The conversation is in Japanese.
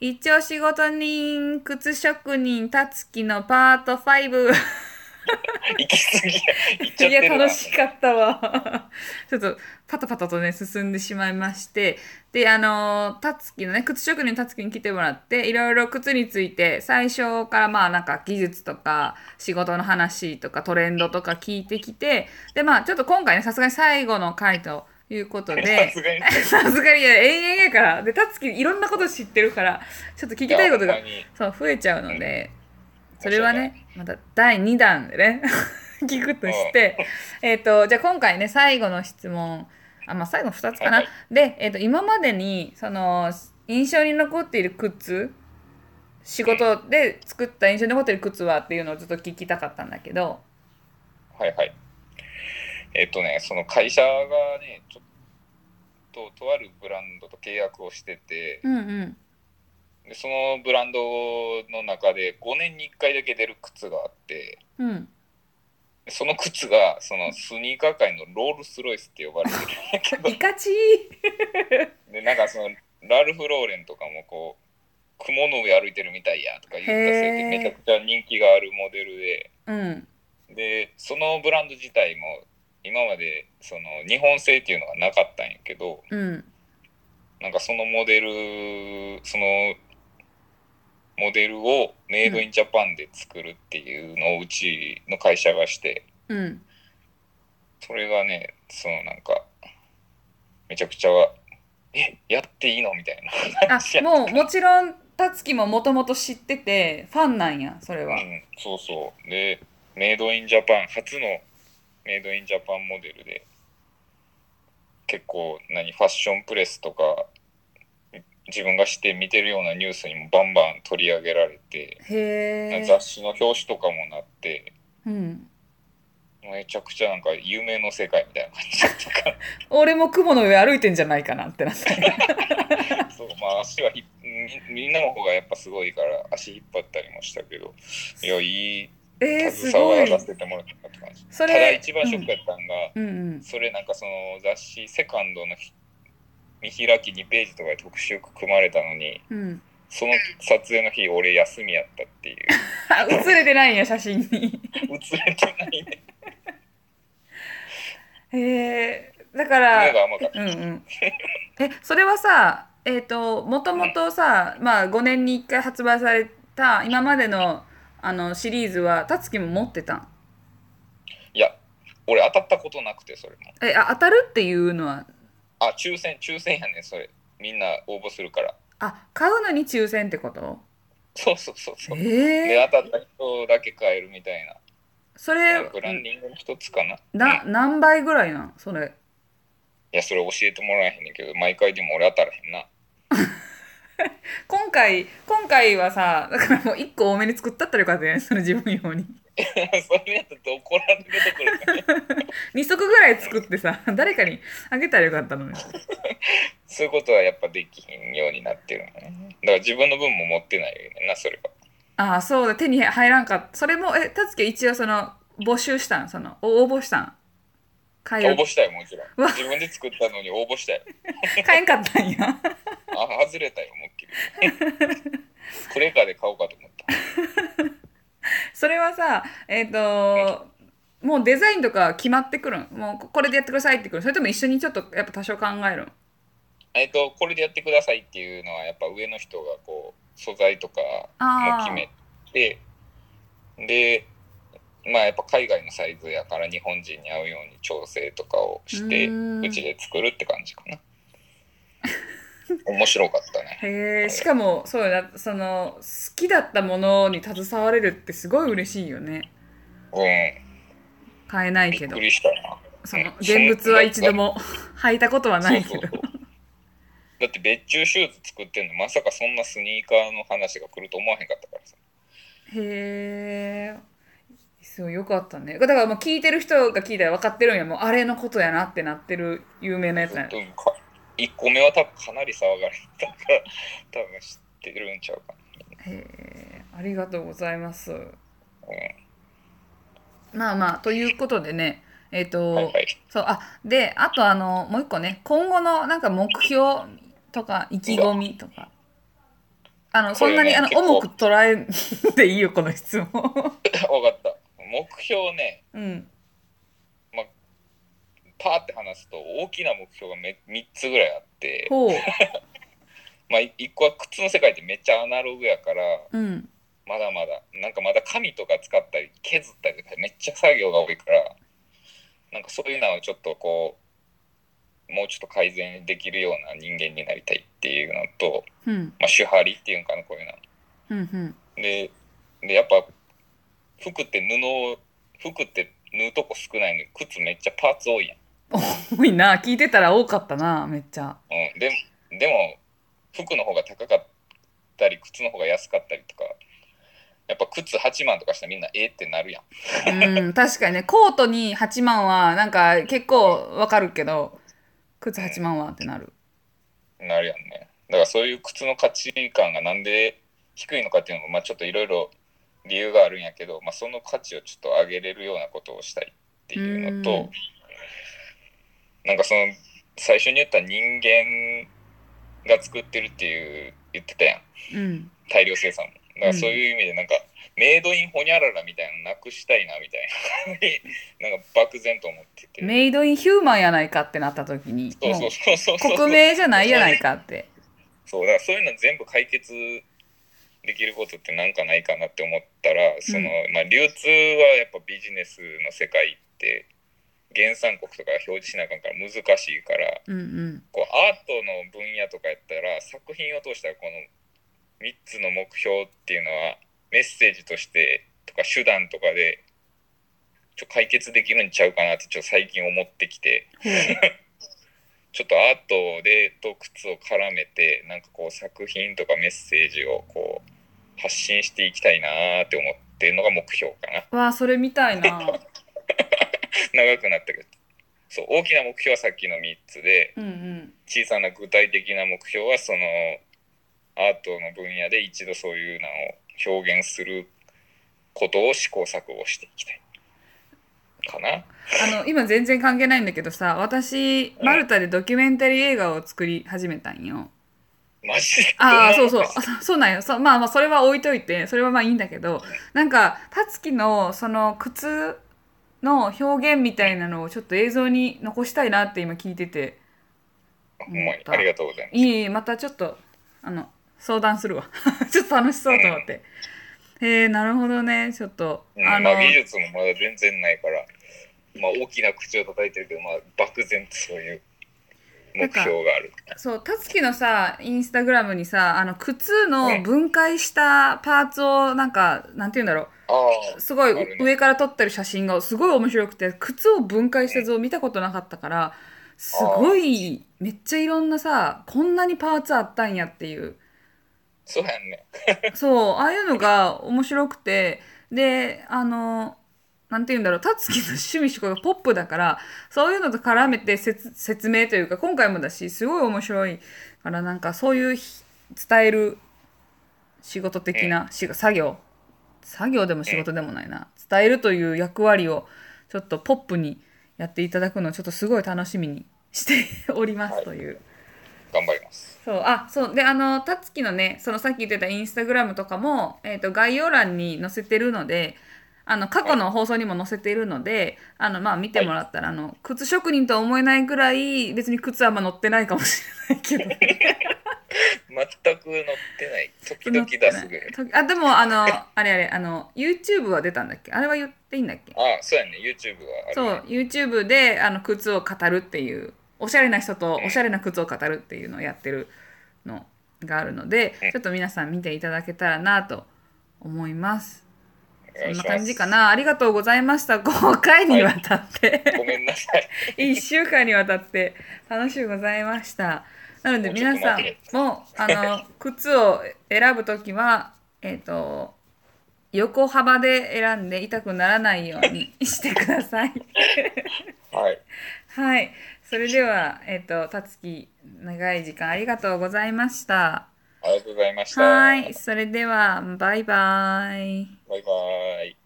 一応仕事人、靴職人、たつきのパート5。 行き過ぎや。行っちゃっいや、てるわ楽。しかったわ。ちょっと、パタパタとね、進んでしまいまして。で、あのー、たつきのね、靴職人たつきに来てもらって、いろいろ靴について、最初からまあなんか技術とか、仕事の話とか、トレンドとか聞いてきて、で、まあちょっと今回ね、さすがに最後の回ということ さで、すがに。さすがにいや永遠やから、で、たつきいろんなこと知ってるから、ちょっと聞きたいことがほんまにそう増えちゃうので、んそれはねまた第2弾でね 聞くとして、えっとじゃあ今回ね最後の質問あまあ最後の2つかな、はいはで、えっと今までにその印象に残っている靴仕事で作った印象に残っている靴はっていうのをちょっと聞きたかったんだけどはいはい。えっとね、その会社がね、ちょっと、とあるブランドと契約をしてて、うんうんでそのブランドの中で5年に1回だけ出る靴があって、うんでその靴が、そのスニーカー界のロールスロイスって呼ばれてるんやけどイ、カチ で、なんかその、ラルフ・ローレンとかもこう、雲の上歩いてるみたいやとか言ったせいへーで、めちゃくちゃ人気があるモデルで、ーうんでそのブランド自体も今までその日本製っていうのがなかったんやけどうんなんかそのモデルそのモデルをメイドインジャパンで作るっていうのをうちの会社がしてうんそれがねそのなんかめちゃくちゃえやっていいのみたいなあ感じやもうもちろんたつきももともと知っててファンなんやそれはう。ん、そうそうでメイドインジャパン初のメイドインジャパンモデルで結構何ファッションプレスとか自分がして見てるようなニュースにもバンバン取り上げられて、へえ雑。誌の表紙とかもなってうん。めちゃくちゃなんか有名の世界みたいな感じだ ったか俺も雲の上歩いてんじゃないかなってなった。らそうまあ足はひみみんなの方がやっぱすごいから足引っ張ったりもしたけどいやいいえー、す携わごい。らせてもらったって感じそれただ一番ショックやったんが、うんうん。それなんかその雑誌「セカンドのひ見開き2ページとかで特集組まれたのにうん。その撮影の日俺休みやったっていうあ、映れてないんや、写真に。 映れてないねへえ。だか目がら、甘かっうんうん。え、それはさ、えっ、と、もともとさ、まあ5年に1回発売された今までのあのシリーズは、たつきも持ってたん。たいや俺当たったことなくてそれもえ、あ当たるっていうのは、あ抽選抽選やねんそれみんな応募するからあ、買うのに抽選ってことそうそうそうそうええで当たった人だけ買えるみたいなそれ、ブランディングの一つかなな、うんい何倍ぐらいなんそれ。やそれ教えてもらえへんねんけど毎回でも俺当たらへんな 今回、今回はさ、だからもう一個多めに作ったったらよかったよね、 その自分用に。それやったら怒られるところかね二足ぐらい作ってさ、誰かにあげたらよかったのに。そういうことはやっぱできひんようになってるのね。だから自分の分も持ってないよねんな、それは。ああ、そうだ、手に入らんかった。それも、え、たつきは一応その、募集したんその、お応募したん買応え募、 したよ、もちろうわん。自分で作ったのに応募したよ。買えんかったんや。 あ、外れたよ、思いっきり。 クレカで買おうかと思った。それはさ、えっ、と、もうデザインとか決まってくるんもうこれでやってくださいってくるそれとも一緒にちょっとやっぱ多少考えるんえっと、これでやってくださいっていうのは、やっぱ上の人がこう、素材とかもあ決あ。めて、で、まあやっぱ海外のサイズやから日本人に合うように調整とかをして、うーんうちで作るって感じかな。面白かったね。へえしかもそうやなその好きだったものに携われるってすごい嬉しいよねうん。買えないけびっどくりしたな。その現物は一度も履いたことはないけそうどそうそうだって別注シューズ作ってんのまさかそんなスニーカーの話が来ると思わへんかったからさ。へえすごいよかったねだからもう聞いてる人が聞いたら分かってるんやもうあれのことやなってなってる有名なやつなんやうんか1個目は多分かなり騒がれてたから多分知ってるんちゃうかへえありがとうございますな。うんまあまあということでねえっ、と、はいはい。 そう、あ、で、あとあの、もう一個ね、今後のなんか目標とか意気込みとか。あの、そんなに、これねあの、結構重く捉えんでいいよ、この質問。 分かった。目標ね、うん。パーって話すと大きな目標がめ3つぐらいあって、ほう。まあ、1個は靴の世界ってめっちゃアナログやから、うん。まだまだ、なんかまだ紙とか使ったり削ったりとかめっちゃ作業が多いから、なんかそういうのをちょっとこう、もうちょっと改善できるような人間になりたいっていうのと、うん。まあ、手張りっていうんかな、こういうの。うん。うん。ででやっぱ服って布を服って縫うとこ少ないのに靴めっちゃパーツ多いやん、多いな。聞いてたら多かったな、めっちゃ。うん、ででも服の方が高かったり靴の方が安かったりとかやっぱ靴8万とかしたらみんなええってなるやんうん。確かにね、コートに8万は、なんか、結構わかるけど、靴8万はってなる。なるやんねだからそういう靴の価値観がなんで低いのかっていうのも、まあ、ちょっといろいろ理由があるんやけど、まあ、その価値をちょっと上げれるようなことをしたいっていうのと、うんなんかその最初に言った人間が作ってるっていう言ってたやんうん。大量生産もだからそういう意味でなんか、メイドインホニャララみたいなのなくしたいなみたいな なんか漠然と思ってて、メイドインヒューマンやないかってなった時に、そうそうそうそうそうもう国名じゃないやないかって。そうだからそういうの全部解決できることってなんかないかなって思ったらその、まあ、流通はやっぱビジネスの世界って原産国とか表示しなあかんから難しいからうんうん。こうアートの分野とかやったら作品を通したらこの3つの目標っていうのはメッセージとしてとか手段とかでちょっと解決できるんちゃうかなってちょっと最近思ってきて。ほうちょっとアートでと靴を絡めてなんかこう作品とかメッセージをこう発信していきたいなーって思ってるのが目標かな わあ、それみたいな。長くなったけどそう大きな目標はさっきの3つでうんうん。小さな具体的な目標はそのアートの分野で一度そういうのを表現することを試行錯誤していきたいかなあの、今全然関係ないんだけどさ、私、マルタでドキュメンタリー映画を作り始めたんよ。マジでああ、どそんうなそう、あそう なんよ。そうまあまあ、それは置いといて、それはまあいいんだけど、なんか、たつきの、その、靴の表現みたいなのをちょっと映像に残したいなって今聞いてて、ほんまにありがとうございますいえいえ、またちょっと、あの、相談するわ。 ちょっと楽しそうと思って。へえ、なるほどね、ちょっと。うんあまのあ、、技術もまだ全然ないから、まあ、大きな口を叩いてるけど、まあ、漠然とそういう目標がある。そう、たつきのさ、インスタグラムにさ、あの、靴の分解したパーツを、なんか、なんて言うんだろああう、すごいあるね上から撮ってる写真がすごい面白くて、靴を分解した図を見たことなかったから、すごい、めっちゃいろんなさ、こんなにパーツあったんやっていう。そうやんね。 そう、ああいうのが面白くて、で、あの、なんて言うんだろう、たつきの趣味趣向がポップだから、そういうのと絡めて説説明というか、今回もだし、すごい面白いから、なんかそういうひ伝える仕事的な、し作業、作業でも仕事でもないな、伝えるという役割をちょっとポップにやっていただくのをちょっとすごい楽しみにしておりまはすいという。頑張ります。そう、あ、そう。で、あの、たつきのね、そのさっき言ってたインスタグラムとかも、えっ、と、概要欄に載せてるので、あの、過去の放送にも載せているので、あの、まあ、見てもらったら、あの、靴職人とは思えないぐらい、別に靴はあんま載ってないかもしれないけど。全く乗ってない。 時々出すぐらい。時あ、でも、あの、あれあれ、あの、YouTube は出たんだっけあれは言っていいんだっけああ、そうやんね。YouTube そはあう、YouTube で、あの、靴を語るっていう、おしゃれな人とおしゃれな靴を語るっていうのをやってるのがあるのでうん、ちょっと皆さん見ていただけたらなと思います。るそね。んそな感じか。な。ありがとうございました。5回にわたって、ごめんなさい。 1週間にわたって楽しゅうございました。なのでもうちょっ皆とさ待んっても、あ の、靴を選ぶときは、えっ、と、横幅で選んで痛くならないようにしてください。はい。はい。それでは、えっ、と、たつき、長い時間ありがとうございました。ありがとうございました。はい。それでは、バイバイ。バイバイ。